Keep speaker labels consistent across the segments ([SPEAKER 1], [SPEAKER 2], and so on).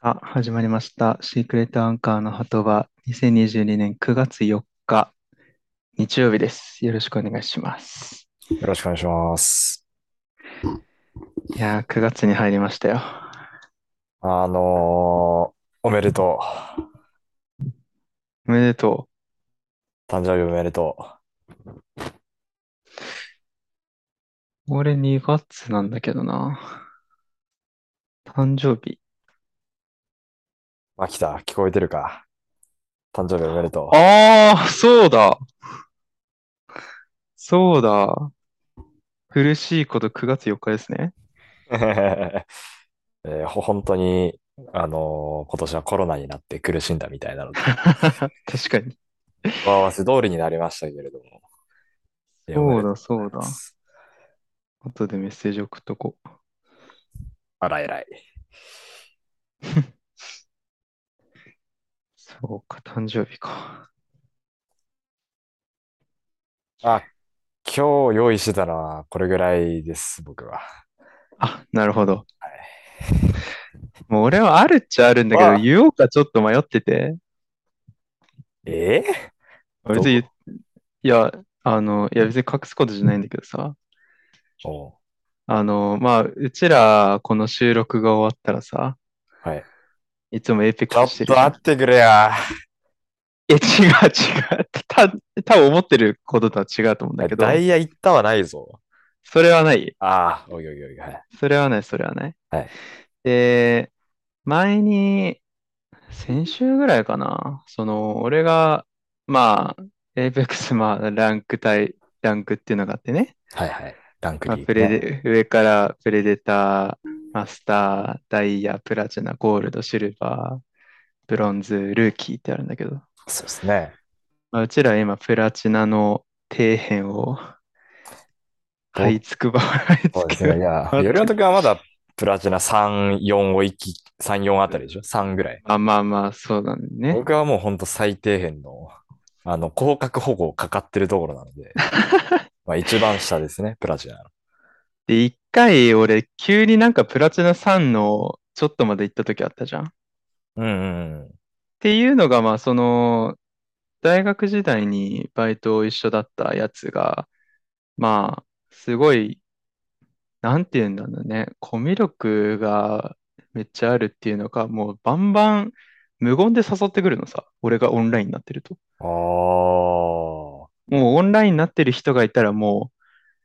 [SPEAKER 1] あ、始まりました。シークレットアンカーの鳩は2022年9月4日日曜日です。よろしくお願いします。
[SPEAKER 2] よろしくお願いします。
[SPEAKER 1] いやー、9月に入りましたよ。
[SPEAKER 2] あのー、おめでと
[SPEAKER 1] おめでと
[SPEAKER 2] う。誕生日おめでと
[SPEAKER 1] う。俺2月なんだけどな。誕生日。
[SPEAKER 2] う。あ、来た。聞こえてるか。誕生日おめでと
[SPEAKER 1] ああ、そうだ。そうだ。苦しいこと9月4日ですね。
[SPEAKER 2] う。 えーほ本当に、あのー今年はコロナになって苦しんだみたいな ので、
[SPEAKER 1] 確かに。
[SPEAKER 2] 合わせ通りになりましたけれども。えーおめ
[SPEAKER 1] そうだ、そう
[SPEAKER 2] でとご
[SPEAKER 1] だ
[SPEAKER 2] ざいま。す
[SPEAKER 1] 後でメッセージ送っとこう。
[SPEAKER 2] あら、偉い。
[SPEAKER 1] そうか、誕生日か。
[SPEAKER 2] あ、今日用意してたのはこれぐらいです、僕は。
[SPEAKER 1] あ、なるほど。もう俺はあるっちゃあるんだけ
[SPEAKER 2] あ
[SPEAKER 1] ど、言おうかちょっと迷ってて。
[SPEAKER 2] えー
[SPEAKER 1] 別に、いや、あの、いや別に隠すことじゃないんだけどさ。
[SPEAKER 2] どうお
[SPEAKER 1] あの、まあ、うちら、この収録が終わったらさ、
[SPEAKER 2] はい。
[SPEAKER 1] いつもエイペッ
[SPEAKER 2] ちょ
[SPEAKER 1] ク
[SPEAKER 2] っ
[SPEAKER 1] スして
[SPEAKER 2] と
[SPEAKER 1] るじゃん。
[SPEAKER 2] 待ってくれや。
[SPEAKER 1] え、違う違う。た、多分思ってることとは違うと思うんだけど
[SPEAKER 2] ダ、イヤ行ったはないぞ。
[SPEAKER 1] それはない。
[SPEAKER 2] ああ、おいおいおい、はい。
[SPEAKER 1] それはない、それはない。
[SPEAKER 2] はい
[SPEAKER 1] で、前に、先週ぐらいかな、その、俺が、まあ、エイペックス、まあ、ランク対、ランクっていうのがあってね、
[SPEAKER 2] はいはい。ランク
[SPEAKER 1] まあ
[SPEAKER 2] リー
[SPEAKER 1] プ
[SPEAKER 2] グ
[SPEAKER 1] レ
[SPEAKER 2] ね
[SPEAKER 1] デ、上からプレデター、マスター、ダイヤ、プラチナ、ゴールド、シルバー、ブロンズ、ルーキーってあるんだけど、
[SPEAKER 2] そうですね。
[SPEAKER 1] まあ、うちら今、プラチナの底辺を、
[SPEAKER 2] お
[SPEAKER 1] 這いつくば、這い
[SPEAKER 2] そうで
[SPEAKER 1] つ
[SPEAKER 2] す
[SPEAKER 1] くば
[SPEAKER 2] ね。いや、よりおとくんはまだプラチナ3、4を行き、3、4あたりでしょ ?3 ぐらい。
[SPEAKER 1] まあまあまあ、そうだね。
[SPEAKER 2] 僕はもうほんと最底辺の、あの、広角保護かかってるところな ので、まあ一番下ですね、プラチナの。
[SPEAKER 1] で、一回、俺、急になんかプラチナ3のちょっとまで行った時あったじゃん。っ
[SPEAKER 2] うんうんうん。
[SPEAKER 1] ていうのが、まあ、その、大学時代にバイト一緒だったやつが、まあ、すごい、なんて言うんだろうね、コミュ力がめっちゃあるっていうのか、もうバンバン無言で誘ってくるのさ、俺がオンラインになってると。
[SPEAKER 2] あ
[SPEAKER 1] もうオンラインになってる人がいたらも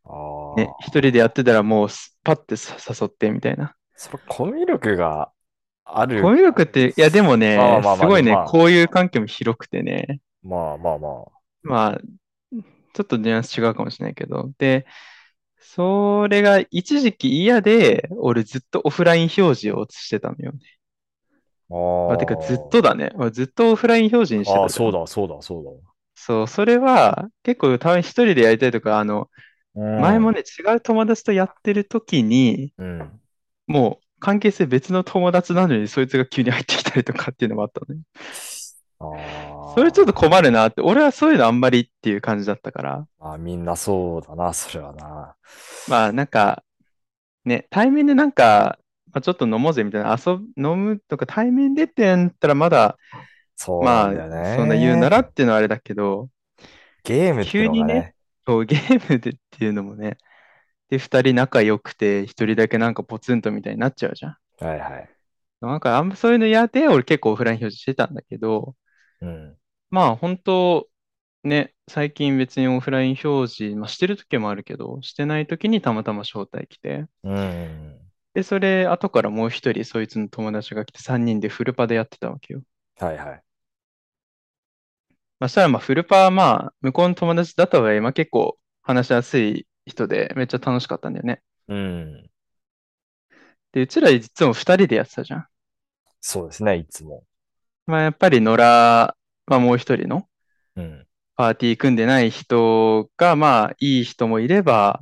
[SPEAKER 2] あ。ああ。
[SPEAKER 1] う、ね、一人でやってたらもうすパッてさ誘ってみたいな。
[SPEAKER 2] それ、コミュ力がある。
[SPEAKER 1] コミュ力って、いやでもね
[SPEAKER 2] まあまあまあ、
[SPEAKER 1] すごいね
[SPEAKER 2] まあ、
[SPEAKER 1] こういう環境も広くてね、
[SPEAKER 2] まあまあまあ。
[SPEAKER 1] まあ、ちょっとニュアンス違うかもしれないけど、で、それが一時期嫌で、俺ずっとオフライン表示をしてたのよね。
[SPEAKER 2] あ
[SPEAKER 1] あ、
[SPEAKER 2] あ。
[SPEAKER 1] てかずっとだね。俺ずっとオフライン表示にしてた
[SPEAKER 2] ああ、
[SPEAKER 1] じゃ。
[SPEAKER 2] そうんだ、そうだ、そう
[SPEAKER 1] そう、それは結構たまに一人でやりたいとか、あの、
[SPEAKER 2] だ。うん
[SPEAKER 1] 前もね、違う友達とやってる時に、
[SPEAKER 2] うん。
[SPEAKER 1] もう関係性別の友達なのに、そいつが急に入ってきたりとかっていうのもあったのね。
[SPEAKER 2] ああ。
[SPEAKER 1] それちょっと困るなって、俺はそういうのあんまりっていう感じだったから、
[SPEAKER 2] まあ、みんなそうだな、それはな。
[SPEAKER 1] まあなんか、ね、対面でなんか、まあ、ちょっと飲もうぜみたいな、遊ぶ、飲むとか対面でってやったらまだ、
[SPEAKER 2] そう
[SPEAKER 1] まあ、
[SPEAKER 2] なんだよね。
[SPEAKER 1] そんな言うならっていうのはあれだけど、
[SPEAKER 2] ゲームってのが
[SPEAKER 1] 急にねそう、ゲームでっていうのもね、で、二人仲良くて、一人だけなんかポツンとみたいになっちゃうじゃん。
[SPEAKER 2] はいはい。
[SPEAKER 1] なんかあんまそういうの嫌で、俺結構オフライン表示してたんだけど、
[SPEAKER 2] うん。
[SPEAKER 1] まあ本当、ね、最近別にオフライン表示、まあ、してる時もあるけど、してない時にたまたま招待来て、
[SPEAKER 2] うん。
[SPEAKER 1] で、それ、後からもう一人、そいつの友達が来て、三人でフルパでやってたわけよ。
[SPEAKER 2] はいはい。
[SPEAKER 1] まあ、したら、まあ、フルパは、まあ、向こうの友達だった場合、まあ、結構話しやすい人で、めっちゃ楽しかったんだよね。
[SPEAKER 2] うん。
[SPEAKER 1] で、うちらいつも二人でやってたじゃん。
[SPEAKER 2] そうですね、いつも。
[SPEAKER 1] まあ、やっぱり野良、まあ、もう一人の
[SPEAKER 2] うん。
[SPEAKER 1] パーティー組んでない人が、まあ、いい人もいれば、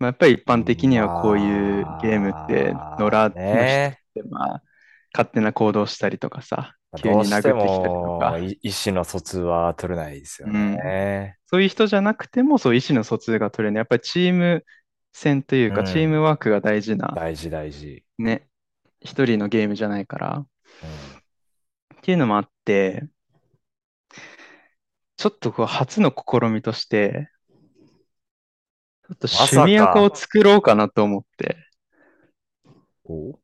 [SPEAKER 1] まあ、やっぱり一般的にはこういうゲームって、
[SPEAKER 2] まあ
[SPEAKER 1] 野良の人
[SPEAKER 2] ね。
[SPEAKER 1] で、まあ、勝手な行動したりとかさ、急に殴
[SPEAKER 2] どう
[SPEAKER 1] ってきた
[SPEAKER 2] し
[SPEAKER 1] りと
[SPEAKER 2] て
[SPEAKER 1] か
[SPEAKER 2] も、い意思の疎通は取れないですよね。
[SPEAKER 1] そういう人じゃなくても、そう、意思の疎通が取れるね。やっぱりチーム戦という
[SPEAKER 2] う
[SPEAKER 1] か、
[SPEAKER 2] ん
[SPEAKER 1] チームワークが大事な、
[SPEAKER 2] 大事大事。
[SPEAKER 1] ね、一人のゲームじゃないから。っていうのもあって、ちょっとこう初の試みとして、ちょっと
[SPEAKER 2] ま
[SPEAKER 1] 趣
[SPEAKER 2] さ
[SPEAKER 1] 味アカ
[SPEAKER 2] か、
[SPEAKER 1] を作ろうかなと思って、
[SPEAKER 2] お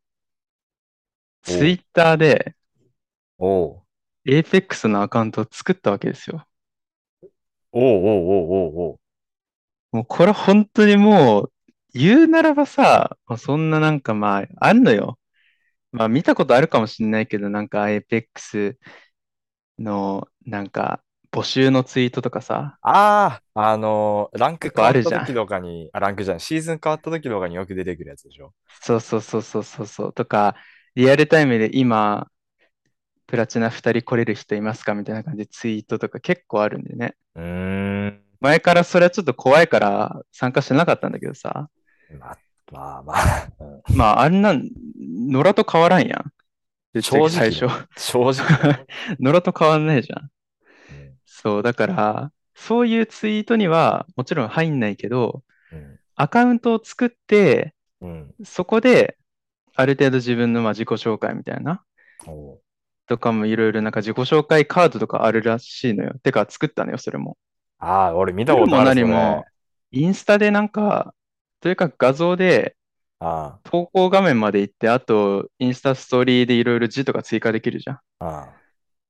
[SPEAKER 1] ツイ
[SPEAKER 2] お
[SPEAKER 1] ッターで
[SPEAKER 2] お
[SPEAKER 1] APEX のアカウントを作ったわけですよ。
[SPEAKER 2] おおおおお
[SPEAKER 1] もうこれ本当にもう、言うならばさ、まあそんななんかまあ、あんのよ。まあ見たことあるかもしれないけど、なんか APEX のなんか募集のツイートとかさ、
[SPEAKER 2] ああー、あのーランク
[SPEAKER 1] 結構あ
[SPEAKER 2] 変わっ
[SPEAKER 1] る
[SPEAKER 2] た
[SPEAKER 1] じゃ
[SPEAKER 2] 時
[SPEAKER 1] ん。
[SPEAKER 2] とかに、あ、ランクじゃない、シーズン変わった時とかによく出てくるやつでしょ。
[SPEAKER 1] そうそうそうそうそうそう。とか、リアルタイムで今、プラチナ2人来れる人いますかみたいな感じでツイートとか結構あるんでね。
[SPEAKER 2] うーん。
[SPEAKER 1] 前からそれはちょっと怖いから参加してなかったんだけどさ。
[SPEAKER 2] ま、まあまあ、うん
[SPEAKER 1] まあ、あんなん、野良と変わらんやん。ぶっちゃ
[SPEAKER 2] 正
[SPEAKER 1] け最
[SPEAKER 2] 直
[SPEAKER 1] 初。
[SPEAKER 2] ね。正直ね。
[SPEAKER 1] 野良と変わんないじゃん。
[SPEAKER 2] うん
[SPEAKER 1] そう、だから、そういうツイートにはもちろん入んないけど、
[SPEAKER 2] うん
[SPEAKER 1] アカウントを作って、
[SPEAKER 2] うん
[SPEAKER 1] そこで、ある程度自分のまあ自己紹介みたいな、
[SPEAKER 2] おう
[SPEAKER 1] とかもいろいろなんか自己紹介カードとかあるらしいのよ。てか作ったのよ、それも。
[SPEAKER 2] ああ、俺見た
[SPEAKER 1] 作
[SPEAKER 2] こ
[SPEAKER 1] る
[SPEAKER 2] と
[SPEAKER 1] も
[SPEAKER 2] ある、
[SPEAKER 1] 何
[SPEAKER 2] それ。
[SPEAKER 1] も、インスタでなんか、というかく画像で
[SPEAKER 2] あ
[SPEAKER 1] 投稿画面まで行って、あと、インスタストーリーでいろいろ字とか追加できるじゃん。
[SPEAKER 2] あ、ああ。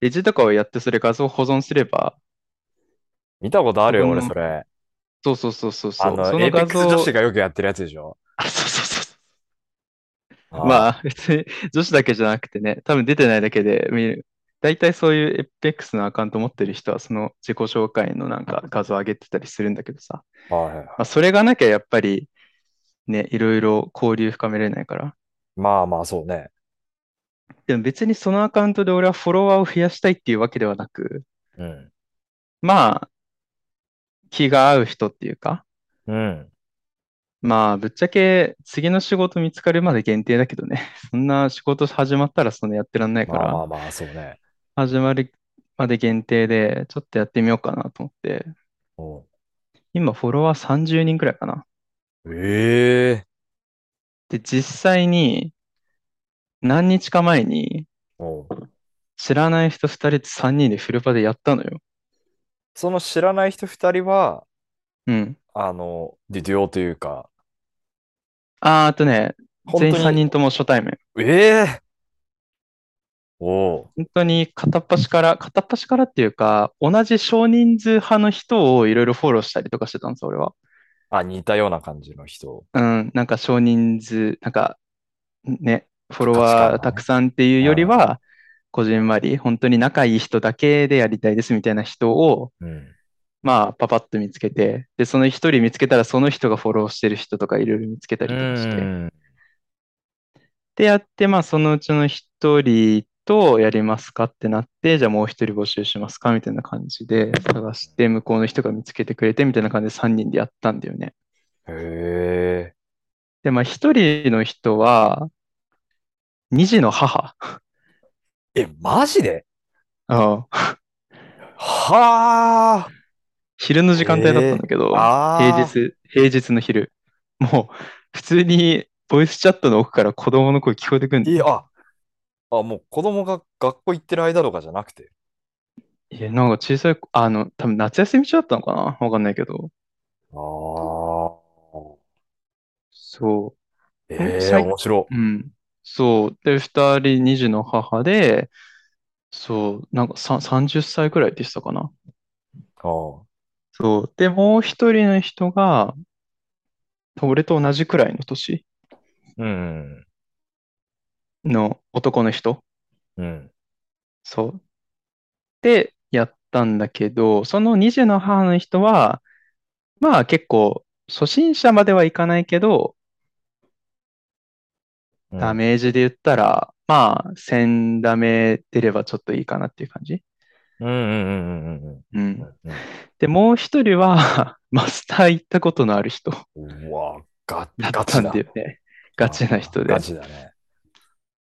[SPEAKER 1] で、字とかをやってそれ画像保存すれば、
[SPEAKER 2] 見たことあ
[SPEAKER 1] 自
[SPEAKER 2] るよ、
[SPEAKER 1] 分
[SPEAKER 2] 俺、
[SPEAKER 1] の、
[SPEAKER 2] それ。
[SPEAKER 1] そうそうそうそう
[SPEAKER 2] あ
[SPEAKER 1] そう、
[SPEAKER 2] の、
[SPEAKER 1] そ
[SPEAKER 2] エ
[SPEAKER 1] の
[SPEAKER 2] イペッ
[SPEAKER 1] 画
[SPEAKER 2] クス女
[SPEAKER 1] 像、
[SPEAKER 2] 子がよくやってるやつでしょ。
[SPEAKER 1] あ、そうそうそうそう。
[SPEAKER 2] あ あ。
[SPEAKER 1] まあ、 別に女子だけじゃなくてね、多分出てないだけで見る。大体そういう APEX のアカウント持ってる人は、その自己紹介のなんか画像上げてたりするんだけどさ。
[SPEAKER 2] はいはいは
[SPEAKER 1] まあ、
[SPEAKER 2] い。
[SPEAKER 1] それがなきゃやっぱりね、いろいろ交流深めれないから。
[SPEAKER 2] まあまあ、そうね。
[SPEAKER 1] でも別にそのアカウントで俺はフォロワーを増やしたいっていうわけではなく、
[SPEAKER 2] うん。
[SPEAKER 1] まあ、気が合う人っていうか、
[SPEAKER 2] うん。
[SPEAKER 1] まあ、ぶっちゃけ次の仕事見つかるまで限定だけどね、 そんな仕事始まったらそんなやってらんないか
[SPEAKER 2] まあま
[SPEAKER 1] ら、
[SPEAKER 2] あまあ、そうね。
[SPEAKER 1] 始まるまで限定で、ちょっとやってみようかなと思って、
[SPEAKER 2] お
[SPEAKER 1] 今フォロワー30人くらいかな。
[SPEAKER 2] ええ
[SPEAKER 1] で、実際に何日か前に
[SPEAKER 2] おう
[SPEAKER 1] 知らない人2人と3人でフルパでやったのよ。
[SPEAKER 2] その知らない人二人は、
[SPEAKER 1] うん。
[SPEAKER 2] あの、デュデュオというか、
[SPEAKER 1] あー、あとね、
[SPEAKER 2] 本
[SPEAKER 1] 全員
[SPEAKER 2] 当
[SPEAKER 1] 3
[SPEAKER 2] に、
[SPEAKER 1] 人とも初対面。
[SPEAKER 2] ええおう
[SPEAKER 1] 本当に片っ端から、片っ端からっていうか、同じ少人数派の人をいろいろフォローしたりとかしてたんです、俺は。
[SPEAKER 2] あ、似たような感じの人。
[SPEAKER 1] うん、なんか少人数、なんかね、フォロ
[SPEAKER 2] 価値観
[SPEAKER 1] ワー
[SPEAKER 2] が
[SPEAKER 1] たく
[SPEAKER 2] ね。
[SPEAKER 1] さんっていうより
[SPEAKER 2] ああ、
[SPEAKER 1] は、こじんまり、本当に仲いい人だけでやりたいですみたいな人を、
[SPEAKER 2] うん。
[SPEAKER 1] まあ、パパッと見つけて、で、その一人見つけたら、その人がフォローしてる人とかいろいろ見つけた
[SPEAKER 2] う
[SPEAKER 1] りとかして。
[SPEAKER 2] ん。
[SPEAKER 1] で、やって、まあ、そのうちの一人とやりますかってなって、じゃあもう一人募集しますかみたいな感じで探して、向こうの人が見つけてくれてみたいな感じで3人でやったんだよね。
[SPEAKER 2] へえ。
[SPEAKER 1] で、まあ、一人の人は、二児の母。
[SPEAKER 2] え、マジで
[SPEAKER 1] うん
[SPEAKER 2] はあ。
[SPEAKER 1] 昼の時間帯だったん
[SPEAKER 2] え
[SPEAKER 1] だ
[SPEAKER 2] え
[SPEAKER 1] けど、平
[SPEAKER 2] ああ。
[SPEAKER 1] 日、平日の昼。もう、普通に、ボイスチャットの奥から子供の声聞こえてくん
[SPEAKER 2] い
[SPEAKER 1] の
[SPEAKER 2] や、
[SPEAKER 1] よ。
[SPEAKER 2] あ、あもう子供が学校行ってる間とかじゃなくて。
[SPEAKER 1] え、なんか小さい子、あの、多分夏休み中だったのかなわかんないけど。
[SPEAKER 2] ああ。
[SPEAKER 1] そう。ほんと
[SPEAKER 2] ええ、
[SPEAKER 1] 最、
[SPEAKER 2] 面白。
[SPEAKER 1] うん。そう。で、二人、二児の母で、そう、なんかさ30歳くらいでしたかな。
[SPEAKER 2] ああ。
[SPEAKER 1] そう。で、もう一人の人が、俺と同じくらいの年
[SPEAKER 2] うん。
[SPEAKER 1] の男の人。
[SPEAKER 2] うん。
[SPEAKER 1] そう。で、やったんだけど、その20の母の人は、まあ結構、初心者まではいかないけど、
[SPEAKER 2] う
[SPEAKER 1] ダ
[SPEAKER 2] ん。
[SPEAKER 1] メージで言ったら、まあ、1000ダメ出ればちょっといいかなっていう感じ。
[SPEAKER 2] うんうんうんうん
[SPEAKER 1] う。
[SPEAKER 2] うんんうん。
[SPEAKER 1] で、もう一人は マスター行ったことのある人
[SPEAKER 2] うんうんうわ、ガ、
[SPEAKER 1] だった
[SPEAKER 2] ガチ
[SPEAKER 1] んだ
[SPEAKER 2] だ。
[SPEAKER 1] よね。ガチな
[SPEAKER 2] ああ、
[SPEAKER 1] 人で。だ
[SPEAKER 2] ガ
[SPEAKER 1] か
[SPEAKER 2] チだね。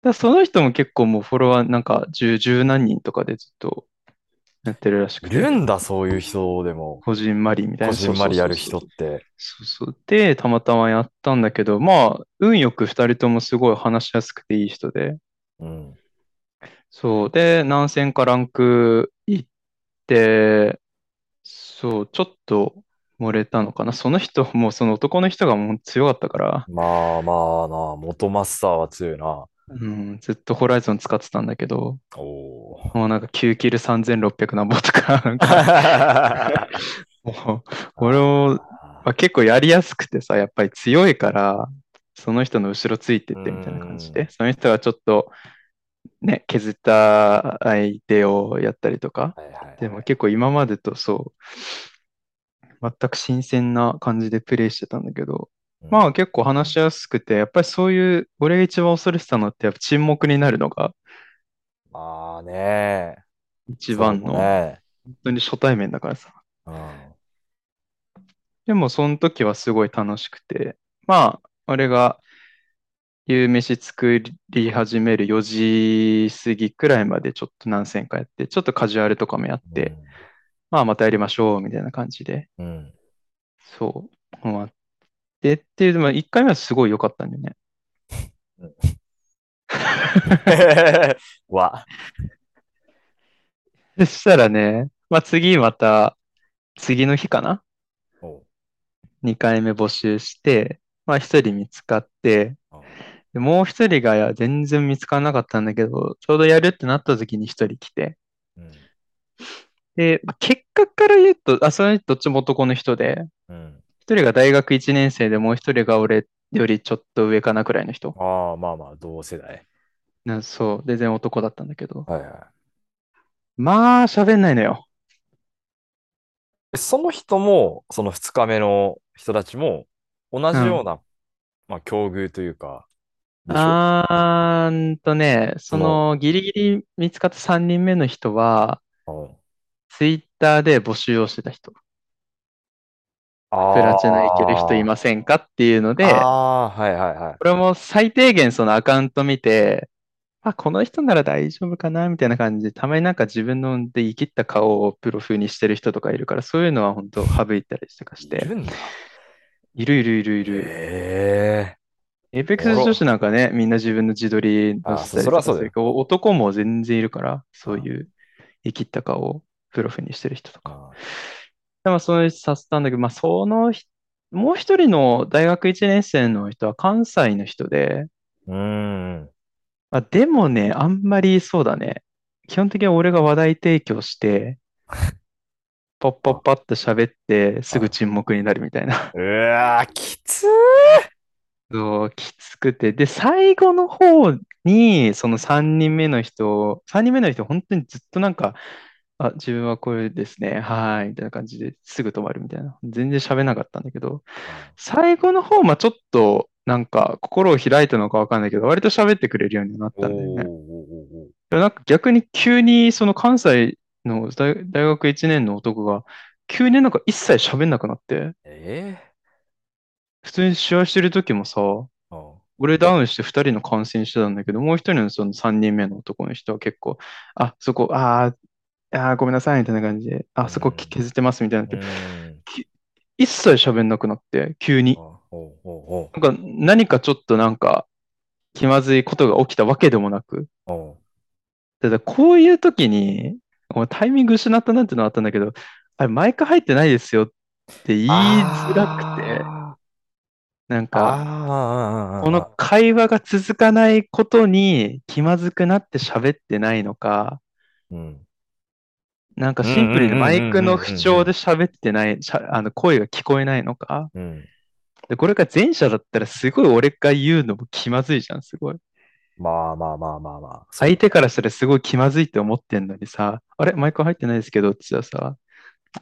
[SPEAKER 1] らその人も結構もうフォロワーなんか10、十何人とかでずっとやってるらしく
[SPEAKER 2] いる
[SPEAKER 1] て、
[SPEAKER 2] んだ、そういう人でも。
[SPEAKER 1] こじんまりみたいな、
[SPEAKER 2] こじ
[SPEAKER 1] そうん
[SPEAKER 2] ま
[SPEAKER 1] そう
[SPEAKER 2] りや
[SPEAKER 1] そう
[SPEAKER 2] る
[SPEAKER 1] そう。
[SPEAKER 2] 人って。
[SPEAKER 1] そうそう。で、たまたまやったんだけど、まあ、運よく二人ともすごい話しやすくていい人で、
[SPEAKER 2] うん。
[SPEAKER 1] そう。で、何戦かランク行って、そう、ちょっと漏れたのかな。その人、もうその男の人がもう強かったから、
[SPEAKER 2] まあまあな、元マスターは強いな。
[SPEAKER 1] うん、ずっとホライゾン使ってたんだけど、
[SPEAKER 2] お ー。
[SPEAKER 1] もうなんか9キル3600何本と か、なんか、
[SPEAKER 2] あ
[SPEAKER 1] もう、俺も、まあ、
[SPEAKER 2] ー
[SPEAKER 1] 結構やりやすくてさ、やっぱり強いから、その人の後ろついてっ
[SPEAKER 2] う
[SPEAKER 1] てみたいな感じ
[SPEAKER 2] ん。
[SPEAKER 1] で、その人がちょっとね、削った相手をやったりとか、
[SPEAKER 2] はいはいは
[SPEAKER 1] でも
[SPEAKER 2] い。
[SPEAKER 1] 結構今までとそう、全く新鮮な感じでプレイしてたんだけど、
[SPEAKER 2] う
[SPEAKER 1] まあ
[SPEAKER 2] ん。
[SPEAKER 1] 結構話しやすくて、やっぱりそういう、俺が一番恐れてたのってやっぱ沈黙になるのが
[SPEAKER 2] まあね、
[SPEAKER 1] 一
[SPEAKER 2] そう
[SPEAKER 1] 番
[SPEAKER 2] だ
[SPEAKER 1] の、
[SPEAKER 2] ね。
[SPEAKER 1] 本当に初対面だからさ。
[SPEAKER 2] うん。
[SPEAKER 1] でもその時はすごい楽しくて、まあ、俺が夕飯作り始める4時過ぎくらいまでちょっと何戦かやって、ちょっとカジュアルとかもやっ
[SPEAKER 2] う
[SPEAKER 1] て、
[SPEAKER 2] ん。
[SPEAKER 1] まあまたやりましょうみたいな感じで、
[SPEAKER 2] うん。
[SPEAKER 1] そう、終わってっていう、まあ1回目はすごい良かったんだよね。
[SPEAKER 2] うん わ。
[SPEAKER 1] そしたらね、まあ次また、次の日かな
[SPEAKER 2] おう。
[SPEAKER 1] ?2 回目募集して、まあ1人見つかって、
[SPEAKER 2] うん
[SPEAKER 1] でもう1人がいや全然見つからなかったんだけど、ちょうどやるってなった時に1人来て、
[SPEAKER 2] うん。
[SPEAKER 1] で、まあ結果から言うと、あ、それどっちも男の人で、
[SPEAKER 2] うん。
[SPEAKER 1] 一人が大学1年生でもう一人が俺よりちょっと上かなくらいの人。
[SPEAKER 2] ああ、まあまあ、同世代。
[SPEAKER 1] なそう、で全然男だったんだけど。
[SPEAKER 2] はいは
[SPEAKER 1] まあ、喋んないのよ。
[SPEAKER 2] い。その人も、その二日目の人たちも、同
[SPEAKER 1] う。
[SPEAKER 2] じようんな、まあ、境遇というか、でしょ
[SPEAKER 1] あーんとね、
[SPEAKER 2] そ
[SPEAKER 1] そ
[SPEAKER 2] の、
[SPEAKER 1] のギリギリ見つかった3人目の人は、
[SPEAKER 2] うん
[SPEAKER 1] ツイッターで募集をしてた人。プラチナいける人い
[SPEAKER 2] あ
[SPEAKER 1] ませんかっていうの
[SPEAKER 2] あ、
[SPEAKER 1] で、
[SPEAKER 2] ああ、はいはいはい。
[SPEAKER 1] 俺も最低限そのアカウント見て、あ、この人なら大丈夫かなみたいな感じで、たまになんか自分ので言い切った顔をプロ風にしてる人とかいるから、そういうのは本当省いたりとかし
[SPEAKER 2] い
[SPEAKER 1] て、
[SPEAKER 2] るんだ。
[SPEAKER 1] いるいるいるいる。
[SPEAKER 2] ええ
[SPEAKER 1] エイペック
[SPEAKER 2] お
[SPEAKER 1] ス
[SPEAKER 2] も
[SPEAKER 1] 女子
[SPEAKER 2] ろ。
[SPEAKER 1] なんかね、みんな自分の自撮り載
[SPEAKER 2] ああ、
[SPEAKER 1] せた
[SPEAKER 2] そ、そ
[SPEAKER 1] り
[SPEAKER 2] れ
[SPEAKER 1] と
[SPEAKER 2] は
[SPEAKER 1] か
[SPEAKER 2] そ
[SPEAKER 1] す
[SPEAKER 2] うだ
[SPEAKER 1] る
[SPEAKER 2] よ
[SPEAKER 1] けど、男も全然いるから、そう
[SPEAKER 2] な。
[SPEAKER 1] いう言い切った顔をプロフにしてる人と
[SPEAKER 2] う
[SPEAKER 1] か。
[SPEAKER 2] ん。うん
[SPEAKER 1] でもその人させたんだけど、まあその人、もう一人の大学1年生の人は関西の人で、
[SPEAKER 2] うーん。
[SPEAKER 1] まあ、でもね、あんまりそうだね。基本的に俺が話題提供して、パッパッ
[SPEAKER 2] あ、
[SPEAKER 1] パッと喋って、すぐ
[SPEAKER 2] あ、
[SPEAKER 1] 沈黙になるみたいな。
[SPEAKER 2] うわー、きつー。
[SPEAKER 1] そうきつくて。で、最後の方に、その3人目の人、3人目の人、本当にずっとなんか、あ、自分はこれですね、はーい、みたいな感じですぐ止まるみたいな。全然喋んなかったんだけど、
[SPEAKER 2] うん
[SPEAKER 1] 最後の方、まあちょっと、なんか、心を開いたのかわかんないけど、割と喋ってくれるようになっ
[SPEAKER 2] おー
[SPEAKER 1] たんだよね。
[SPEAKER 2] おーおーおー
[SPEAKER 1] いやなんか逆に急にその関西の大、大学1年の男が急になんか一切喋んなくなって、
[SPEAKER 2] ええ
[SPEAKER 1] 普通に試合してる時もさ、
[SPEAKER 2] うん
[SPEAKER 1] 俺ダウンして2人の観戦してたんだけど、もう一人のその3人目の男の人は結構、あ、そこ、あーあー、ごめんなさいみたいな感じで、
[SPEAKER 2] う
[SPEAKER 1] あ、そこ
[SPEAKER 2] ん。
[SPEAKER 1] 削ってますみたいになっ
[SPEAKER 2] う
[SPEAKER 1] て、
[SPEAKER 2] ん。
[SPEAKER 1] き一切喋んなくなって、急
[SPEAKER 2] あ、
[SPEAKER 1] に。
[SPEAKER 2] おうおう
[SPEAKER 1] なんか何かちょっとなんか気まずいことが起きたわけでもなく、
[SPEAKER 2] おう。おう
[SPEAKER 1] ただこういう時に、おタイミング失ったなってのはあったんだけど、あれマイク入ってないですよって言いづらくて、
[SPEAKER 2] あ
[SPEAKER 1] なん
[SPEAKER 2] あ、
[SPEAKER 1] か、この
[SPEAKER 2] あーあー、あーあー
[SPEAKER 1] 会話が続かないことに気まずくなって喋ってないのか、
[SPEAKER 2] うん。
[SPEAKER 1] なんか
[SPEAKER 2] うんう
[SPEAKER 1] シンプルにマイ
[SPEAKER 2] ん
[SPEAKER 1] ク
[SPEAKER 2] う
[SPEAKER 1] の
[SPEAKER 2] んう
[SPEAKER 1] 不
[SPEAKER 2] んうん
[SPEAKER 1] 調で喋ってない、しゃ、あの声が聞こえないのか。
[SPEAKER 2] うん。うん
[SPEAKER 1] で、これが前者だったらすごい俺が言うのも気まずいじゃん、すごい。
[SPEAKER 2] まあまあまあまあまあ、そう
[SPEAKER 1] 相
[SPEAKER 2] だ
[SPEAKER 1] 手
[SPEAKER 2] ね。
[SPEAKER 1] からしたらすごい気まずいって思ってんのにさ、あれマイク入ってないですけどって言ったらさ、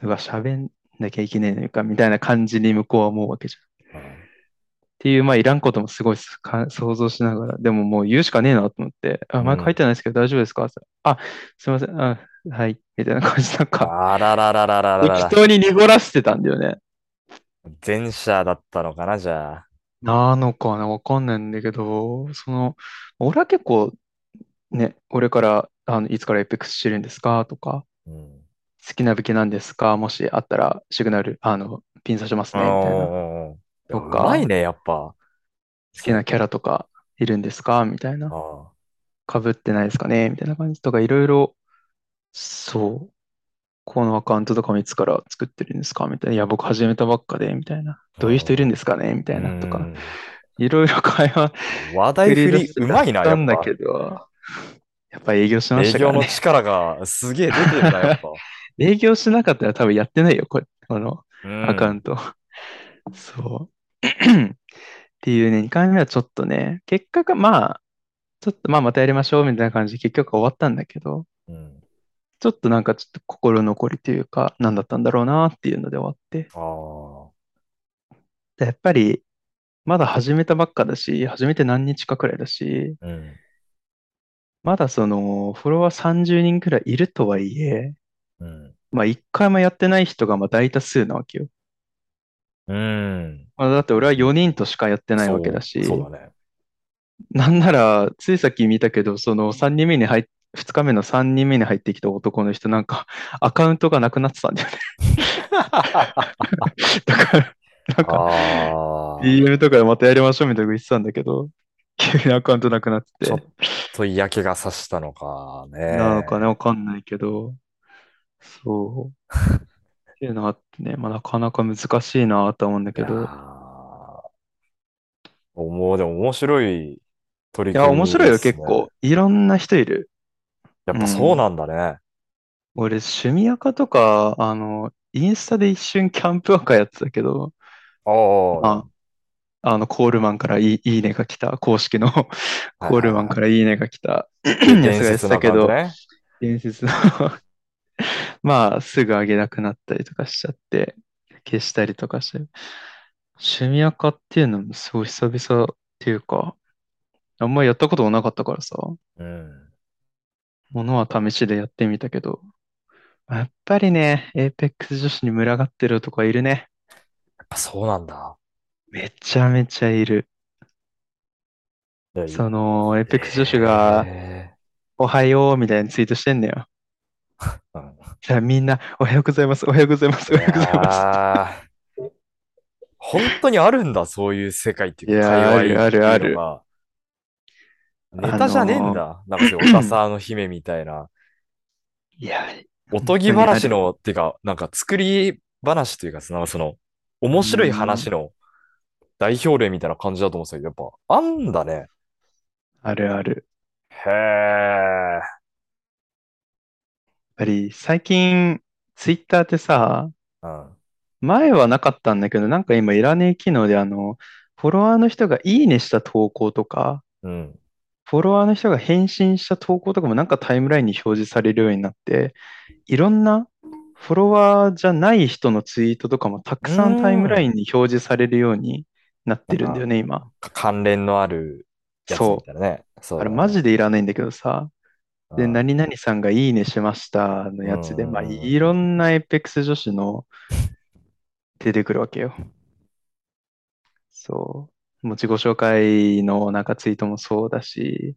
[SPEAKER 1] うわ、喋んなきゃいけないのか、みたいな感じに向こうは思うわけじゃん。っ
[SPEAKER 2] うん。
[SPEAKER 1] ていう、まあ、いらんこともすごいすか想像しながら、でももう言うしかねえなと思って、あ、
[SPEAKER 2] う
[SPEAKER 1] マイク入っ
[SPEAKER 2] ん。
[SPEAKER 1] てないですけど大丈夫ですかってあ、すいません、あ、はい、みたいな感じ、なんか、
[SPEAKER 2] あらららららら
[SPEAKER 1] 適
[SPEAKER 2] ら。
[SPEAKER 1] 当に濁らせてたんだよね。
[SPEAKER 2] 前者だったのかな、じゃあ。
[SPEAKER 1] なのかな、わかんないんだけど、その、俺は結構ね、俺から、あの、いつからエイペックスしてるんですかとか、
[SPEAKER 2] うん。
[SPEAKER 1] 好きな武器なんですかもしあったら、シグナル、あの、ピン刺します
[SPEAKER 2] う
[SPEAKER 1] ね、みたいな。
[SPEAKER 2] んうんうん。で
[SPEAKER 1] と
[SPEAKER 2] も、うまい
[SPEAKER 1] か、
[SPEAKER 2] ね、やっぱ。
[SPEAKER 1] 好きな
[SPEAKER 2] そ
[SPEAKER 1] キャラとかいるんですかみたいな。
[SPEAKER 2] ああ。
[SPEAKER 1] 被ってないですかねみたいな感じとかいろいろ、そう、このアカウントとかもいつから作ってるんですかみたいな、いや、僕始めたばっかで、みたいな、どういう人いるんですかねみたいなと
[SPEAKER 2] う
[SPEAKER 1] か、
[SPEAKER 2] ん
[SPEAKER 1] いろいろ会話
[SPEAKER 2] 話題振
[SPEAKER 1] 繰
[SPEAKER 2] り
[SPEAKER 1] 出し、て
[SPEAKER 2] うまいな、
[SPEAKER 1] た
[SPEAKER 2] や
[SPEAKER 1] ん
[SPEAKER 2] っ
[SPEAKER 1] だ
[SPEAKER 2] ぱ
[SPEAKER 1] け。ど、やっぱ営業しまし
[SPEAKER 2] 営
[SPEAKER 1] たか
[SPEAKER 2] 業
[SPEAKER 1] ら
[SPEAKER 2] の
[SPEAKER 1] ね。
[SPEAKER 2] 力がすげえ出てるな、や っぱ。
[SPEAKER 1] 営業しなかったら多分やってないよ、これ、この
[SPEAKER 2] うん
[SPEAKER 1] アカウント。そうっていうね、2回目はちょっとね、結局まあ、ちょっとまあまたやりましょうみたいな感じで結局終わったんだけど、
[SPEAKER 2] うん
[SPEAKER 1] ちょっとなんかちょっと心残りというか、何だったんだろうなっていうので終わって。
[SPEAKER 2] ああ。
[SPEAKER 1] でやっぱり、まだ始めたばっかだし、始めて何日かくらいだし、
[SPEAKER 2] うん。
[SPEAKER 1] まだその、フォロワー30人くらいいるとはいえ、
[SPEAKER 2] うん。
[SPEAKER 1] まあ1回もやってない人がまあ大多数なわけよ。
[SPEAKER 2] うん。
[SPEAKER 1] まあ、だって俺は4人としかやってないわけだし、
[SPEAKER 2] そうそうだね。
[SPEAKER 1] なんなら、ついさっき見たけど、その3人目に入っ、2日目の3人目に入ってきた男の人、なんか、アカウントがなくなってたんだよね。 だから、なんか、
[SPEAKER 2] ああ。
[SPEAKER 1] DM とかでまたやりましょうみたいなこと言ってたんだけど、急にアカウントなくなって
[SPEAKER 2] ち
[SPEAKER 1] て
[SPEAKER 2] ょっ、と嫌気がさしたのかね。
[SPEAKER 1] なのかね、わかんないけど、そう。っていうのがあってね、まあ、なかなか難しいなとは思うんだけ
[SPEAKER 2] いや
[SPEAKER 1] ど、
[SPEAKER 2] ーもうでも面白い取
[SPEAKER 1] い
[SPEAKER 2] り
[SPEAKER 1] や、
[SPEAKER 2] 組み
[SPEAKER 1] 面白いよ、
[SPEAKER 2] ですね
[SPEAKER 1] 結構。。いろんな人いる。
[SPEAKER 2] やっぱそうなんだね。
[SPEAKER 1] 俺、趣味アカとか、あの、インスタで一瞬キャンプアカやってたけど、
[SPEAKER 2] ああ。
[SPEAKER 1] あ、あの、コールマンからいい、いいねが来た。公式のコ
[SPEAKER 2] はいはいはい
[SPEAKER 1] ールマンからいいねが来た。やつが
[SPEAKER 2] 伝
[SPEAKER 1] やって
[SPEAKER 2] 説
[SPEAKER 1] た
[SPEAKER 2] な
[SPEAKER 1] け
[SPEAKER 2] 感じ
[SPEAKER 1] ど、
[SPEAKER 2] ね。
[SPEAKER 1] 伝説の まあ、すぐ上げなくなったりとかしちゃって、消したりとかして。趣味アカっていうのもすごい久々っていうか、あんまりやったこともなかったからさ、
[SPEAKER 2] うん。
[SPEAKER 1] ものは試しでやってみたけど、やっぱりね、エーペックス女子に群がってるとかいるね。
[SPEAKER 2] やっぱそうなんだ。
[SPEAKER 1] めちゃめちゃいる。
[SPEAKER 2] で
[SPEAKER 1] その、エーペックス女子が、
[SPEAKER 2] え
[SPEAKER 1] おはようみたいなツイートしてんのよ。
[SPEAKER 2] ーうん
[SPEAKER 1] じゃあみんな、おはようございます、おはようございます、おはようございます。
[SPEAKER 2] あー本当にあるんだ、そういう世界っていうか、
[SPEAKER 1] いやー
[SPEAKER 2] 界隈
[SPEAKER 1] あるあ
[SPEAKER 2] っていう
[SPEAKER 1] る
[SPEAKER 2] のがネタじゃねえんだ。なんかそういう小笠の姫みたいな。
[SPEAKER 1] いや、
[SPEAKER 2] おとぎ話の、っていうか、なんか作り話というか、その、その面白い話の代表例みたいな感じだと思うんですけど、やっぱ、あんだね。
[SPEAKER 1] あるある。
[SPEAKER 2] へえ。
[SPEAKER 1] やっぱり最近、ツイッターってさ、
[SPEAKER 2] うん。
[SPEAKER 1] 前はなかったんだけど、なんか今いらねえ機能で、あの、フォロワーの人がいいねした投稿とか、
[SPEAKER 2] うん。
[SPEAKER 1] フォロワーの人が返信した投稿とかもなんかタイムラインに表示されるようになって、いろんなフォロワーじゃない人のツイートとかもたくさんタイムラインに表示されるようになってるんだよね、今。
[SPEAKER 2] か関連のあるやつみ
[SPEAKER 1] そう。
[SPEAKER 2] たいなね。そう
[SPEAKER 1] あ
[SPEAKER 2] だ
[SPEAKER 1] れ
[SPEAKER 2] ね
[SPEAKER 1] マジでいらないんだけどさ、で、
[SPEAKER 2] うん
[SPEAKER 1] 何々さんがいいねしましたのやつで、
[SPEAKER 2] うん
[SPEAKER 1] まあ、いろんなエイペックス女子 の出てくるわけよ。そう。もう自己紹介のなんかツイートもそうだし、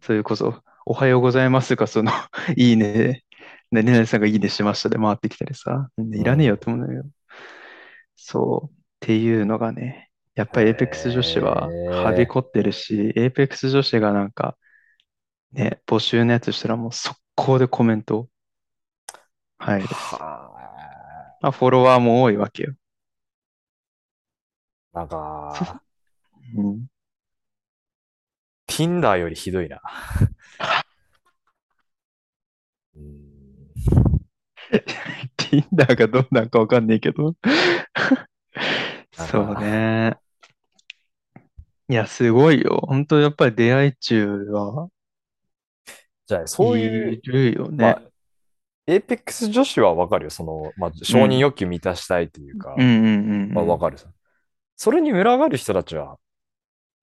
[SPEAKER 1] それこそ、おはようございますが、その、 いいね、何々さんがいいねしましたで回ってきたりさ、いらねえよって思うのよ。そう。っていうのがね、やっぱりエイペックス女子は
[SPEAKER 2] へえ
[SPEAKER 1] はびこってるし、エイペックス女子がなんか、ね、募集のやつしたらもう速攻でコメント入る。
[SPEAKER 2] は
[SPEAKER 1] まあ、フォロワーも多いわけよ。
[SPEAKER 2] あ。なんか、
[SPEAKER 1] うん、
[SPEAKER 2] Tinder よりひどいな。 うん、
[SPEAKER 1] Tinder がどうなんかわかんないけど。
[SPEAKER 2] なんか
[SPEAKER 1] そうね。いや、すごいよ。本当やっぱり出会い中は
[SPEAKER 2] じゃあ、そういう、
[SPEAKER 1] るよね。
[SPEAKER 2] まあ、エーペックス女子はわかるよ。その、まあ、承認欲求満たしたいというか、
[SPEAKER 1] うんうんうんうん。
[SPEAKER 2] まあ、わかるさ。それに群がる人たちは、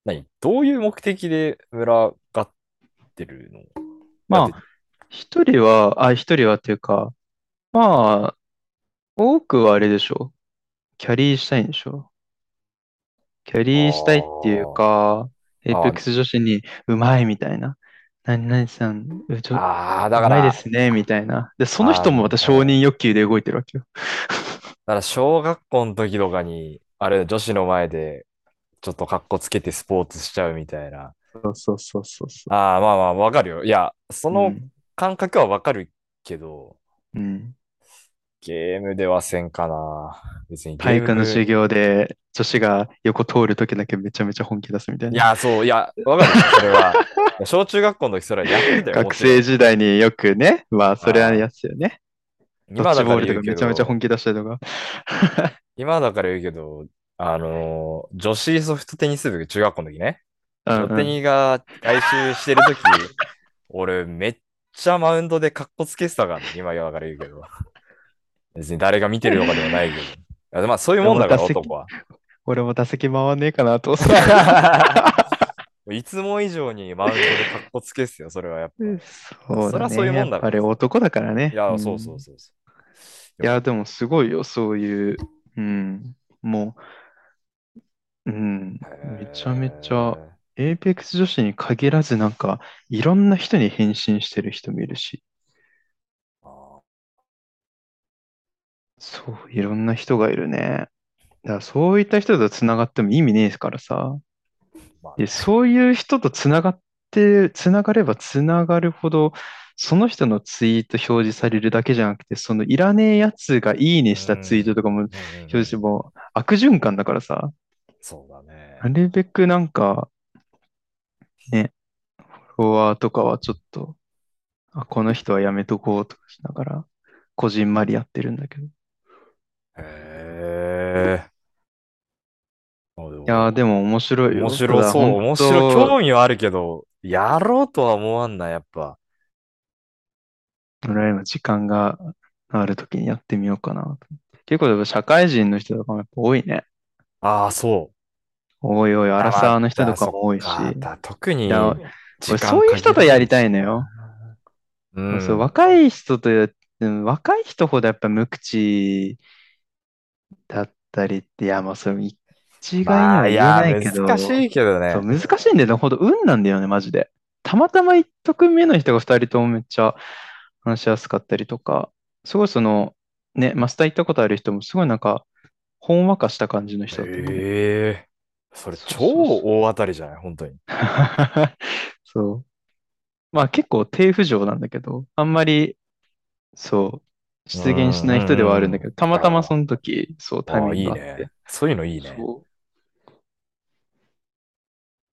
[SPEAKER 2] 何どういう目的で群がってるの
[SPEAKER 1] まあ
[SPEAKER 2] だって
[SPEAKER 1] 一人は、あ、一人はっていうか、まあ、多くはあれでしょ。キャリーしたいんでしょ。キャリーしたいっていうか、エイペックス女子にうまいみたいな。何々さん、うちょ、う
[SPEAKER 2] ああ、だか
[SPEAKER 1] ま
[SPEAKER 2] ら、
[SPEAKER 1] いで
[SPEAKER 2] だ
[SPEAKER 1] すね、みたいな。で、その人もまた承認欲求で動いてるわけよ。
[SPEAKER 2] から小学校の時とかに、あれ、女子の前で、ちょっと格好つけてスポーツしちゃうみたいな。
[SPEAKER 1] そうそうそうそうそ。
[SPEAKER 2] ああ、まあまあ、わかるよ。いや、そう
[SPEAKER 1] う
[SPEAKER 2] の
[SPEAKER 1] ん。
[SPEAKER 2] 感覚はわかるけど、
[SPEAKER 1] うん。
[SPEAKER 2] ゲームではせんかな。別に
[SPEAKER 1] 体
[SPEAKER 2] ゲー
[SPEAKER 1] 育の授
[SPEAKER 2] ム、
[SPEAKER 1] 業で女子が横通るときだけめちゃめちゃ本気出すみたい
[SPEAKER 2] い
[SPEAKER 1] な。
[SPEAKER 2] や、そう、いや、わかるよ。そ れは。小中学校の時それはやってたよ、も
[SPEAKER 1] 学
[SPEAKER 2] ちろ
[SPEAKER 1] 生
[SPEAKER 2] ん。
[SPEAKER 1] 時代によくね、まあそれは
[SPEAKER 2] あ
[SPEAKER 1] や
[SPEAKER 2] あ、
[SPEAKER 1] つよね。ドッ
[SPEAKER 2] 今
[SPEAKER 1] ジ
[SPEAKER 2] だ
[SPEAKER 1] ボ
[SPEAKER 2] か
[SPEAKER 1] ー
[SPEAKER 2] ら
[SPEAKER 1] ルと
[SPEAKER 2] 言
[SPEAKER 1] か
[SPEAKER 2] う
[SPEAKER 1] め
[SPEAKER 2] け
[SPEAKER 1] ちゃめちゃ
[SPEAKER 2] ど、
[SPEAKER 1] 本気出したりとか。
[SPEAKER 2] 今だから言うけど、あのー女子ソフトテニス部、中学校の時ね。
[SPEAKER 1] う
[SPEAKER 2] 女
[SPEAKER 1] んう
[SPEAKER 2] テ
[SPEAKER 1] ん。
[SPEAKER 2] ニが外周してる時、 俺めっちゃマウンドでカッコつけてたからね、今だから言うけど。別に誰が見てるとかではないけど。あまあそういう
[SPEAKER 1] 俺
[SPEAKER 2] もん
[SPEAKER 1] も
[SPEAKER 2] だか
[SPEAKER 1] 打
[SPEAKER 2] ら
[SPEAKER 1] 席、
[SPEAKER 2] 男は。
[SPEAKER 1] 俺も打席回んねえかな と思って
[SPEAKER 2] いつも以上にマウンドでカッコつけっすよ、それはやっぱ。
[SPEAKER 1] そう
[SPEAKER 2] そ
[SPEAKER 1] だ
[SPEAKER 2] れはそうい
[SPEAKER 1] ね。
[SPEAKER 2] う
[SPEAKER 1] や
[SPEAKER 2] もん
[SPEAKER 1] っ
[SPEAKER 2] だか
[SPEAKER 1] ぱり
[SPEAKER 2] らさ。
[SPEAKER 1] 男だから
[SPEAKER 2] い
[SPEAKER 1] ね。う。
[SPEAKER 2] や、そうそうんそうそう。
[SPEAKER 1] い
[SPEAKER 2] よ
[SPEAKER 1] や、でもすごいよ、そういう。うん。もう、うん。めちゃめちゃ、
[SPEAKER 2] へ
[SPEAKER 1] エイペックス女子に限らず、なんか、いろんな人に変身してる人もいるし、
[SPEAKER 2] ーあ
[SPEAKER 1] そう、いろんな人がいるね。だからそういった人とつながっても意味ねえからさ。
[SPEAKER 2] ーまあ
[SPEAKER 1] で、
[SPEAKER 2] ね。
[SPEAKER 1] そういう人とつながって、つながればつながるほど、その人のツイート表示されるだけじゃなくて、そのいらねえやつがいいね
[SPEAKER 2] う
[SPEAKER 1] したツイート
[SPEAKER 2] ん。
[SPEAKER 1] とかも
[SPEAKER 2] うんうん
[SPEAKER 1] 表
[SPEAKER 2] う
[SPEAKER 1] 示して
[SPEAKER 2] ん。
[SPEAKER 1] も悪循環だからさ、
[SPEAKER 2] そうだ
[SPEAKER 1] な
[SPEAKER 2] ね。
[SPEAKER 1] るべくなんかね、フォロワーとかはちょっと、あ、この人はやめとこうとかしながら、こじんまりやってるんだけど。い
[SPEAKER 2] へえ。あでも
[SPEAKER 1] やー、でも面白い
[SPEAKER 2] 面
[SPEAKER 1] よ。た
[SPEAKER 2] 白
[SPEAKER 1] だ、
[SPEAKER 2] そう、
[SPEAKER 1] 本
[SPEAKER 2] 面白い、
[SPEAKER 1] 当、
[SPEAKER 2] 興味はあるけど、やろうとは思わんな、やっぱ。
[SPEAKER 1] 俺らにも時間があるときにやってみようかなと。結構、でも社会人の人とかもやっぱ多いね。
[SPEAKER 2] ああ、そう。
[SPEAKER 1] おいおい、ア
[SPEAKER 2] あ、
[SPEAKER 1] ラ
[SPEAKER 2] ま
[SPEAKER 1] サー
[SPEAKER 2] あ、
[SPEAKER 1] の人と
[SPEAKER 2] だ
[SPEAKER 1] か
[SPEAKER 2] そっ
[SPEAKER 1] も多いし。
[SPEAKER 2] か。
[SPEAKER 1] い
[SPEAKER 2] だ、特
[SPEAKER 1] や、
[SPEAKER 2] に時
[SPEAKER 1] 俺
[SPEAKER 2] 間
[SPEAKER 1] そういう
[SPEAKER 2] 限
[SPEAKER 1] 人
[SPEAKER 2] ら
[SPEAKER 1] と
[SPEAKER 2] れ
[SPEAKER 1] や
[SPEAKER 2] て
[SPEAKER 1] り
[SPEAKER 2] る
[SPEAKER 1] た
[SPEAKER 2] し
[SPEAKER 1] いのよ。
[SPEAKER 2] な。う
[SPEAKER 1] そう、
[SPEAKER 2] ん。
[SPEAKER 1] 若い人とや、うん若い人ほどやっぱ無口だったりって、いや、まあ、それ一概に
[SPEAKER 2] ま
[SPEAKER 1] は
[SPEAKER 2] あ、
[SPEAKER 1] 言
[SPEAKER 2] い
[SPEAKER 1] え
[SPEAKER 2] や、
[SPEAKER 1] ない
[SPEAKER 2] 難
[SPEAKER 1] け
[SPEAKER 2] し
[SPEAKER 1] ど、
[SPEAKER 2] いけど
[SPEAKER 1] そ
[SPEAKER 2] ね。
[SPEAKER 1] う、難しいんだよね。ほんと、運なんだよね、マジで。たまたま一組目の人が二人ともめっちゃ話しやすかったりとか、すごいその、ね、マスター行ったことある人もすごいなんか、ほんわかした感じの人だったから。
[SPEAKER 2] ええそれ
[SPEAKER 1] そう
[SPEAKER 2] 超
[SPEAKER 1] そうそう。
[SPEAKER 2] 大当たりじゃない本当に。
[SPEAKER 1] そう。まあ結構低浮上なんだけど、あんまり、そう、
[SPEAKER 2] う
[SPEAKER 1] 出現し
[SPEAKER 2] ん、
[SPEAKER 1] な
[SPEAKER 2] う
[SPEAKER 1] い人ではあるん
[SPEAKER 2] ん、
[SPEAKER 1] だ
[SPEAKER 2] う
[SPEAKER 1] けど、
[SPEAKER 2] ん。
[SPEAKER 1] たまたまそ
[SPEAKER 2] あ
[SPEAKER 1] の時、そう、タイ
[SPEAKER 2] あ、あ
[SPEAKER 1] ミ
[SPEAKER 2] あ、
[SPEAKER 1] ング
[SPEAKER 2] いい
[SPEAKER 1] があって、
[SPEAKER 2] ね。そういうのいいね。
[SPEAKER 1] そう。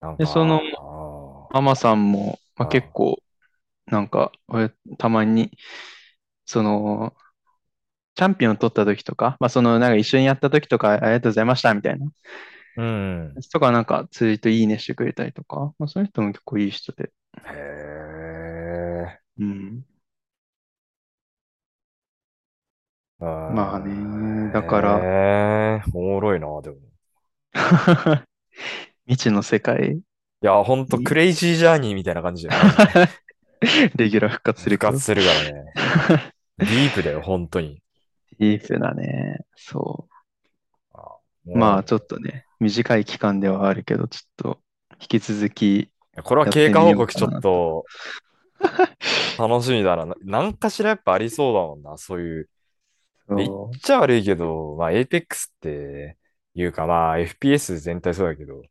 [SPEAKER 2] なん
[SPEAKER 1] で、その、
[SPEAKER 2] か、あ
[SPEAKER 1] ママさんも、まあ、
[SPEAKER 2] あ、
[SPEAKER 1] 結
[SPEAKER 2] あ
[SPEAKER 1] 構、なんか、俺たまに、その、チャンピオン取った時とか、まあ、その、なんか一緒にやった時とか、ありがとうございましたみたいな。
[SPEAKER 2] あ、うん。
[SPEAKER 1] とか、なんか、ツイートいいねしてくれたりとか、まあ、その人も結構いい人で。
[SPEAKER 2] へえ。
[SPEAKER 1] うん。まあね、
[SPEAKER 2] あ
[SPEAKER 1] だから、
[SPEAKER 2] へえ、おもろいな、でも。
[SPEAKER 1] 未知の世界
[SPEAKER 2] いや、ほんと
[SPEAKER 1] に
[SPEAKER 2] クレイジージャーニーみたいな感じだよ、 マジで。
[SPEAKER 1] レギュラー復活する
[SPEAKER 2] 復
[SPEAKER 1] け
[SPEAKER 2] 活
[SPEAKER 1] ど。
[SPEAKER 2] するからね。ディープだよ、本当に。
[SPEAKER 1] いい風だね。そ
[SPEAKER 2] あお
[SPEAKER 1] う。
[SPEAKER 2] もろい
[SPEAKER 1] まあ、
[SPEAKER 2] ね。
[SPEAKER 1] ちょっとね、短い期間ではあるけど、ちょっと、引き続き
[SPEAKER 2] これは
[SPEAKER 1] やっ
[SPEAKER 2] 経
[SPEAKER 1] て
[SPEAKER 2] 過
[SPEAKER 1] み
[SPEAKER 2] 報
[SPEAKER 1] よう
[SPEAKER 2] 告
[SPEAKER 1] か
[SPEAKER 2] ちょっ
[SPEAKER 1] なと。
[SPEAKER 2] と楽しみだな。ななんかしらやっぱありそうだもんな、そういう。で言っ
[SPEAKER 1] そう。
[SPEAKER 2] ちゃ悪いけど、まあ、Apex っていうか、まあ、FPS 全体そうだけど、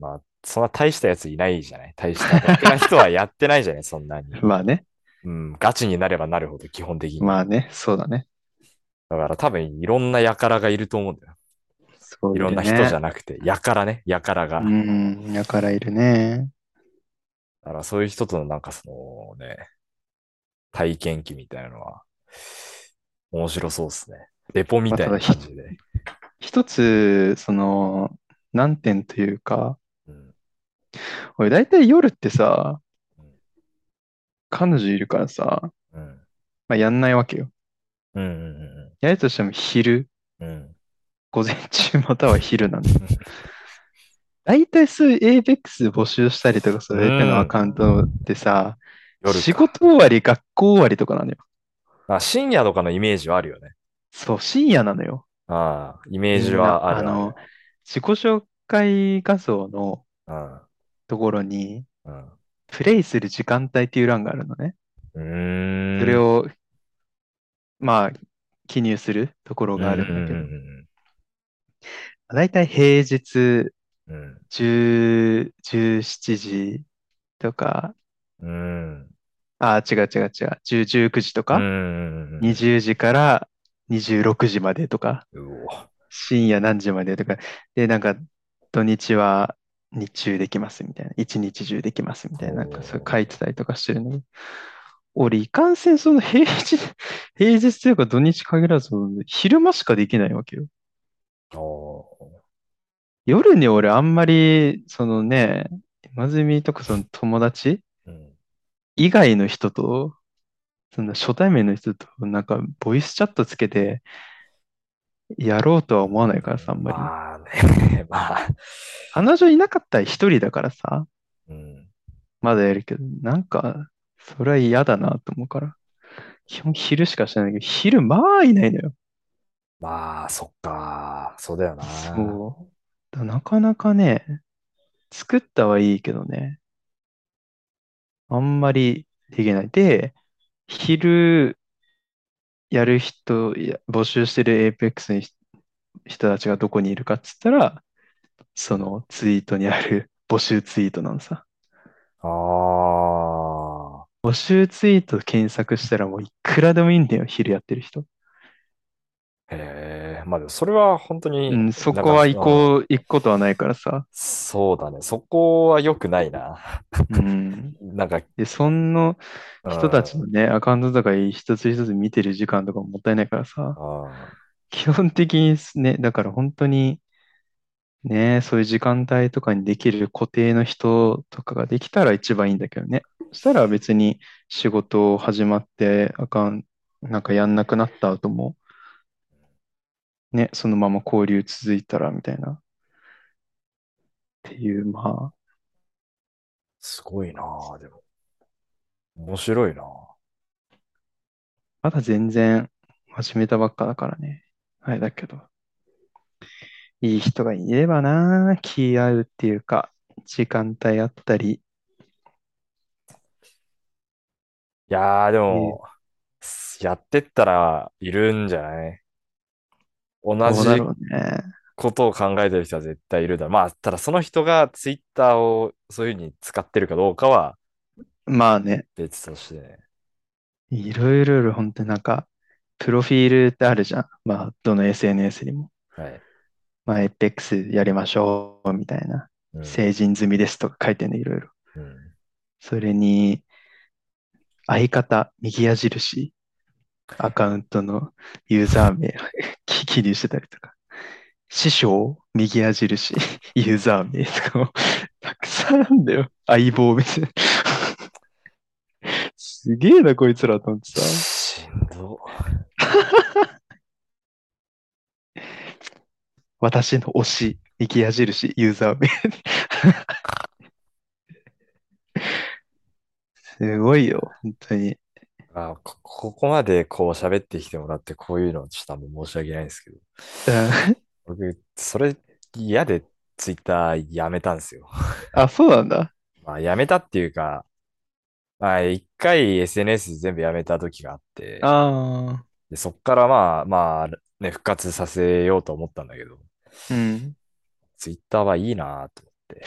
[SPEAKER 2] まあ、そんな大したやついないじゃない大したやってない人はやってない じゃないそんなに。
[SPEAKER 1] まあね、
[SPEAKER 2] うん、ガチになればなるほど、基本的に。
[SPEAKER 1] まあね、そうだね。
[SPEAKER 2] だから多分いろんな輩がいると思うんだよ。
[SPEAKER 1] そう
[SPEAKER 2] い
[SPEAKER 1] い
[SPEAKER 2] ろん
[SPEAKER 1] る
[SPEAKER 2] な人じゃ
[SPEAKER 1] ね。
[SPEAKER 2] なくて、輩ね、輩
[SPEAKER 1] う
[SPEAKER 2] が。
[SPEAKER 1] ん、やからいるね。
[SPEAKER 2] だからそういう人とのなんかそのね、体験記みたいなのは、面白そうですね。レポみ
[SPEAKER 1] まあ、
[SPEAKER 2] た
[SPEAKER 1] ただ
[SPEAKER 2] いな
[SPEAKER 1] ひ、
[SPEAKER 2] 感じで。
[SPEAKER 1] 一つ、その、難点というか、
[SPEAKER 2] うん。
[SPEAKER 1] 俺、大体夜ってさ、
[SPEAKER 2] うん。
[SPEAKER 1] 彼女いるからさ、
[SPEAKER 2] うん。
[SPEAKER 1] まあ、やんないわけよ。
[SPEAKER 2] うん。うん
[SPEAKER 1] やるとしても昼、
[SPEAKER 2] うんうん。
[SPEAKER 1] 午前中または昼なんだよ。大体そういう APEX 募集したりとか、そうういう手の
[SPEAKER 2] ん。う
[SPEAKER 1] ア
[SPEAKER 2] ん
[SPEAKER 1] カウントってさ、
[SPEAKER 2] 夜
[SPEAKER 1] 仕
[SPEAKER 2] か。
[SPEAKER 1] 事終わり、学校終わりとかなのよ。
[SPEAKER 2] あ、深夜とかのイメージはあるよね。
[SPEAKER 1] そう、深夜なのよ。
[SPEAKER 2] ああ、イメー
[SPEAKER 1] み
[SPEAKER 2] ジ
[SPEAKER 1] んな、
[SPEAKER 2] はあ
[SPEAKER 1] あ
[SPEAKER 2] るあ
[SPEAKER 1] の、
[SPEAKER 2] る。
[SPEAKER 1] 自己紹介画像の
[SPEAKER 2] うん。
[SPEAKER 1] ところに、
[SPEAKER 2] うん。
[SPEAKER 1] プレイする時間帯っていう欄があるのね。
[SPEAKER 2] う
[SPEAKER 1] そ
[SPEAKER 2] ー
[SPEAKER 1] れ
[SPEAKER 2] ん。
[SPEAKER 1] を、まあ、記入するところ
[SPEAKER 2] うん。
[SPEAKER 1] があ
[SPEAKER 2] う
[SPEAKER 1] る
[SPEAKER 2] ん。
[SPEAKER 1] ん
[SPEAKER 2] う
[SPEAKER 1] だ
[SPEAKER 2] ん
[SPEAKER 1] け
[SPEAKER 2] う
[SPEAKER 1] ど、
[SPEAKER 2] んうん
[SPEAKER 1] だいたい平日
[SPEAKER 2] うん。
[SPEAKER 1] 10、17時とか、
[SPEAKER 2] うん。
[SPEAKER 1] あ、違う違う違う、10、19時と
[SPEAKER 2] う
[SPEAKER 1] か、
[SPEAKER 2] ん。
[SPEAKER 1] 20時から26時までとか、
[SPEAKER 2] うお。
[SPEAKER 1] 深夜何時までとか、で、なんか、土日は日中できますみたいな、一日中できますみたいな、なんかそう書い
[SPEAKER 2] ほ
[SPEAKER 1] てたりとかしてるのに、俺、いかんせんその平日、 平日というか土日限らず、昼間しかできないわけよ。
[SPEAKER 2] う。お
[SPEAKER 1] 夜に俺あんまり、そのね、今住とかその友達
[SPEAKER 2] ーうん。
[SPEAKER 1] 以外の人と、その初対面の人となんかボイスチャットつけてやろうとは思わないからさ、あんまり。
[SPEAKER 2] まあね、 まあ。
[SPEAKER 1] 彼女いなかったら一人だからさ、
[SPEAKER 2] うん。
[SPEAKER 1] まだやるけど、なんか、それは嫌だなと思うから。基本昼しかしてないけど、昼まあいないのよ。
[SPEAKER 2] まあ、そっか。そうだよな。
[SPEAKER 1] そう。だからなかなかね、作ったはいいけどね、あんまりできない。で、昼やる人、いや募集してる APEX に人たちがどこにいるかっつったら、そのツイートにある募集ツイートなのさ。
[SPEAKER 2] ああ。
[SPEAKER 1] 募集ツイート検索したらもういくらでもいいんだよ、昼やってる人。
[SPEAKER 2] へえ。まあでも、それは本当
[SPEAKER 1] う
[SPEAKER 2] に、
[SPEAKER 1] ん、そ
[SPEAKER 2] なん
[SPEAKER 1] こ
[SPEAKER 2] か、
[SPEAKER 1] は行
[SPEAKER 2] うん
[SPEAKER 1] こう、行くことはないからさ。
[SPEAKER 2] そうだね。そこは良くないな。
[SPEAKER 1] うん。
[SPEAKER 2] なんか、
[SPEAKER 1] で、その
[SPEAKER 2] う
[SPEAKER 1] 人たち
[SPEAKER 2] ん。
[SPEAKER 1] のね、アカウントとか一つ一つ見てる時間とかももったいないからさ、
[SPEAKER 2] あ
[SPEAKER 1] 基本的にすね、だから本当にね、そういう時間帯とかにできる固定の人とかができたら一番いいんだけどね。そしたら別に仕事始まってアカウント、なんかやんなくなった後もね、そのまま交流続いたらみたいなっていう、まあ、
[SPEAKER 2] すごいな。でも、面白いな。
[SPEAKER 1] まだ全然始めたばっかだからね。あれだけど。いい人がいればな、気合うっていうか、時間帯あったり、
[SPEAKER 2] いやー、で
[SPEAKER 1] ね
[SPEAKER 2] も、やってったらいるんじゃない
[SPEAKER 1] ど
[SPEAKER 2] 同
[SPEAKER 1] うだ
[SPEAKER 2] じ
[SPEAKER 1] ろうね。
[SPEAKER 2] ことを考えてる人は絶対いるだろう。まあ、ただその人がツイッターをそういうふうに使ってるかどうかは
[SPEAKER 1] まあね、
[SPEAKER 2] 別としてね。
[SPEAKER 1] いろいろいろ本当になんか、プロフィールってあるじゃん。まあ、どの SNS にも。
[SPEAKER 2] はい。
[SPEAKER 1] まあ、APEX やりましょう、みたいな。
[SPEAKER 2] うん。
[SPEAKER 1] 成人済みですとか書いてんね、いろいろ。
[SPEAKER 2] うん。
[SPEAKER 1] それに、相方、右矢印、アカウントのユーザー名、 記入してたりとか。師匠、右矢印、 ユーザー名とかも、 たくさんあるんだよ。相棒みたいな。すげえな、こいつらと思ってさ。
[SPEAKER 2] しんど。
[SPEAKER 1] 私の推し、右矢印、ユーザー名。 すごいよ、本当に。
[SPEAKER 2] あ、こ、ここまでこう喋ってきてもらってこういうのちょっとあんま申し訳ないんですけど。
[SPEAKER 1] うん
[SPEAKER 2] 僕、それ嫌でツイッターやめたんですよ。
[SPEAKER 1] あ、そうなんだ。
[SPEAKER 2] まあ、やめたっていうか、まあ、一回 SNS 全部やめた時があって、
[SPEAKER 1] ああ、
[SPEAKER 2] で、そっからまあ、まあ、ね、復活させようと思ったんだけど、
[SPEAKER 1] うん。
[SPEAKER 2] ツイッターはいいなと思って。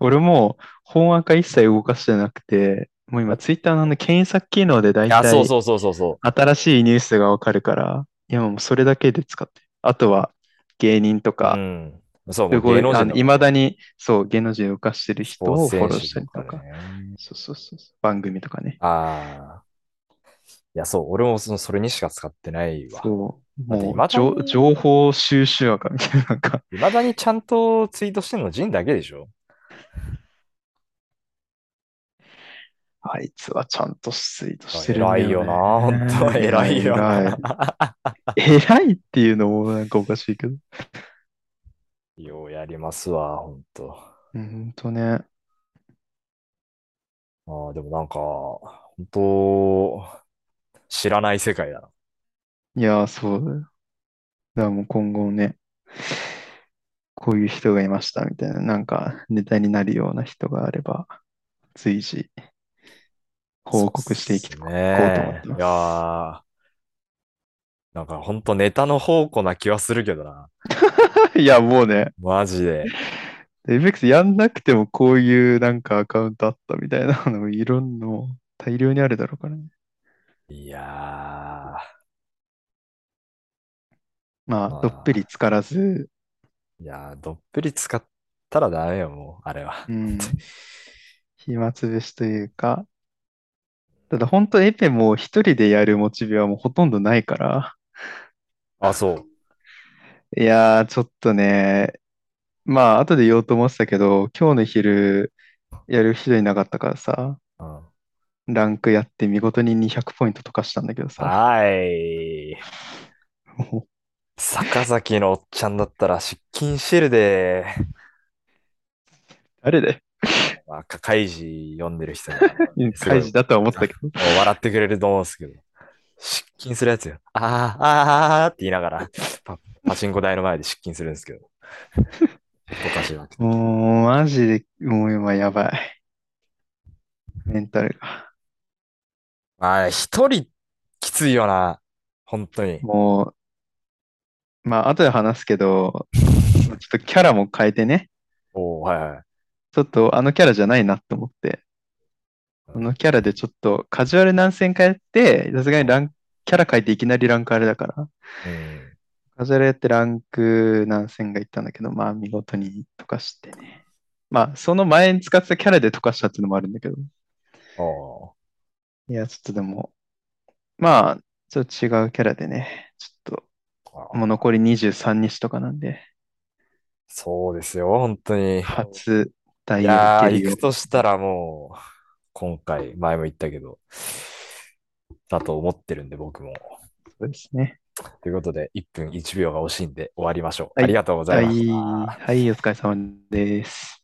[SPEAKER 1] 俺もう本アカ一切動かしてなくて、もう今ツイッターのあの検索機能でだい
[SPEAKER 2] あ、
[SPEAKER 1] た
[SPEAKER 2] そう
[SPEAKER 1] い
[SPEAKER 2] そうそうそうそ
[SPEAKER 1] 新しいニュースがわかるから、今もうそれだけで使ってる。あとは芸人と
[SPEAKER 2] う。う
[SPEAKER 1] か、
[SPEAKER 2] ん。そう、
[SPEAKER 1] す
[SPEAKER 2] もう芸
[SPEAKER 1] ごい、
[SPEAKER 2] 能
[SPEAKER 1] あ
[SPEAKER 2] 人
[SPEAKER 1] の、
[SPEAKER 2] とか
[SPEAKER 1] 未だ
[SPEAKER 2] ね、
[SPEAKER 1] にそう、芸能人動かしてる
[SPEAKER 2] ス
[SPEAKER 1] 人
[SPEAKER 2] ポーツ
[SPEAKER 1] をフォ
[SPEAKER 2] 選
[SPEAKER 1] ロー
[SPEAKER 2] 手
[SPEAKER 1] した
[SPEAKER 2] と
[SPEAKER 1] り
[SPEAKER 2] か
[SPEAKER 1] と
[SPEAKER 2] ね。
[SPEAKER 1] か、そうそうそうそう、番組とかね。
[SPEAKER 2] ああ。いや、そう、俺もその、それにしか使ってないわ。
[SPEAKER 1] そう、
[SPEAKER 2] だって、
[SPEAKER 1] もう、
[SPEAKER 2] 未だ
[SPEAKER 1] 情、
[SPEAKER 2] に、
[SPEAKER 1] 情報収集アカみたいな、なんか、
[SPEAKER 2] 未だにちゃんとツイートしてんのジンだけでしょ
[SPEAKER 1] あいつはちゃんとツイート
[SPEAKER 2] あ
[SPEAKER 1] してるん
[SPEAKER 2] 偉
[SPEAKER 1] だ
[SPEAKER 2] い
[SPEAKER 1] よ
[SPEAKER 2] よ
[SPEAKER 1] ね。
[SPEAKER 2] な、本当は偉
[SPEAKER 1] 偉
[SPEAKER 2] い
[SPEAKER 1] い、
[SPEAKER 2] よ
[SPEAKER 1] 偉
[SPEAKER 2] な。
[SPEAKER 1] い。偉いっていうのもなんかおかしいけど。
[SPEAKER 2] ようやりますわ、本当。
[SPEAKER 1] うんほんとね。
[SPEAKER 2] ああ、でもなんか、本当、知らない世界だな。
[SPEAKER 1] いやー、そうだよ。だからもう今後ね、こういう人がいましたみたいな、なんかネタになるような人があれば、随時報
[SPEAKER 2] そうっ
[SPEAKER 1] 告していき
[SPEAKER 2] す
[SPEAKER 1] こうと思っ
[SPEAKER 2] ね。
[SPEAKER 1] て
[SPEAKER 2] い
[SPEAKER 1] ま
[SPEAKER 2] や
[SPEAKER 1] す。
[SPEAKER 2] ー、なんか 本当ネタの宝庫な気はするけどな。
[SPEAKER 1] いや、もうね、
[SPEAKER 2] マジで。
[SPEAKER 1] で FX やんなくてもこういうなんかアカウントあったみたいなのもいろんなの大量にあるだろうからね。
[SPEAKER 2] いや
[SPEAKER 1] まあ、
[SPEAKER 2] まあ
[SPEAKER 1] どっぷり浸からず、
[SPEAKER 2] ー、いやー、どっぷり使ったらダメよ、もう、あれは。
[SPEAKER 1] うん、暇つぶしというか、ただ本当エペも一人でやるモチベはもうほとんどないから、
[SPEAKER 2] あ、そう。
[SPEAKER 1] いやー、ちょっとね、まあ、後で言おうと思ってたけど、今日の昼、やる人いなかったからさ、
[SPEAKER 2] うん、
[SPEAKER 1] ランクやって見事に200ポイントとかしたんだけどさ、
[SPEAKER 2] はーい。
[SPEAKER 1] も
[SPEAKER 2] 坂崎のおっちゃんだったら出勤してるで、
[SPEAKER 1] うあれで、
[SPEAKER 2] まあ、か開示読んでる人 に
[SPEAKER 1] 開
[SPEAKER 2] すごい
[SPEAKER 1] 示だとは思ってたけど、
[SPEAKER 2] 笑ってくれると思うんですけど、出勤するやつよ。あーあーあーって言いながらパ、パチンコ台の前で出勤するんですけど。おかしいわけで。
[SPEAKER 1] もう、マジで、もう今やばい。メンタルが。
[SPEAKER 2] まあ、一人きついよな。本当に。
[SPEAKER 1] もう、まあ、後で話すけど、ちょっとキャラも変えてね、
[SPEAKER 2] おおはいはい。
[SPEAKER 1] ちょっとあのキャラじゃないなと思って、あのキャラでちょっとカジュアル何戦かやって、さすがにラン、キャラ変えていきなりランクあれだから、
[SPEAKER 2] うん、
[SPEAKER 1] カジュアルやってランク何戦がいったんだけど、まあ、見事に溶かしてね。まあ、その前に使ってたキャラで溶かしたっていうのもあるんだけど、
[SPEAKER 2] お
[SPEAKER 1] いや、ちょっとでも、まあ、ちょっと違うキャラでね、ちょっと、
[SPEAKER 2] ー
[SPEAKER 1] もう残り23日とかなんで、
[SPEAKER 2] そうですよ、本当に。
[SPEAKER 1] 初大
[SPEAKER 2] いや
[SPEAKER 1] 王
[SPEAKER 2] ー、
[SPEAKER 1] 蹴り
[SPEAKER 2] 行
[SPEAKER 1] を
[SPEAKER 2] くとしたらもう、今回、前も言ったけど、だと思ってるんで、僕も。
[SPEAKER 1] そうですね。
[SPEAKER 2] ということで、1分1秒が惜しいんで終わりましょう。
[SPEAKER 1] はい
[SPEAKER 2] ありがとうござ
[SPEAKER 1] はい
[SPEAKER 2] ました。
[SPEAKER 1] い、はい、お疲れ様です。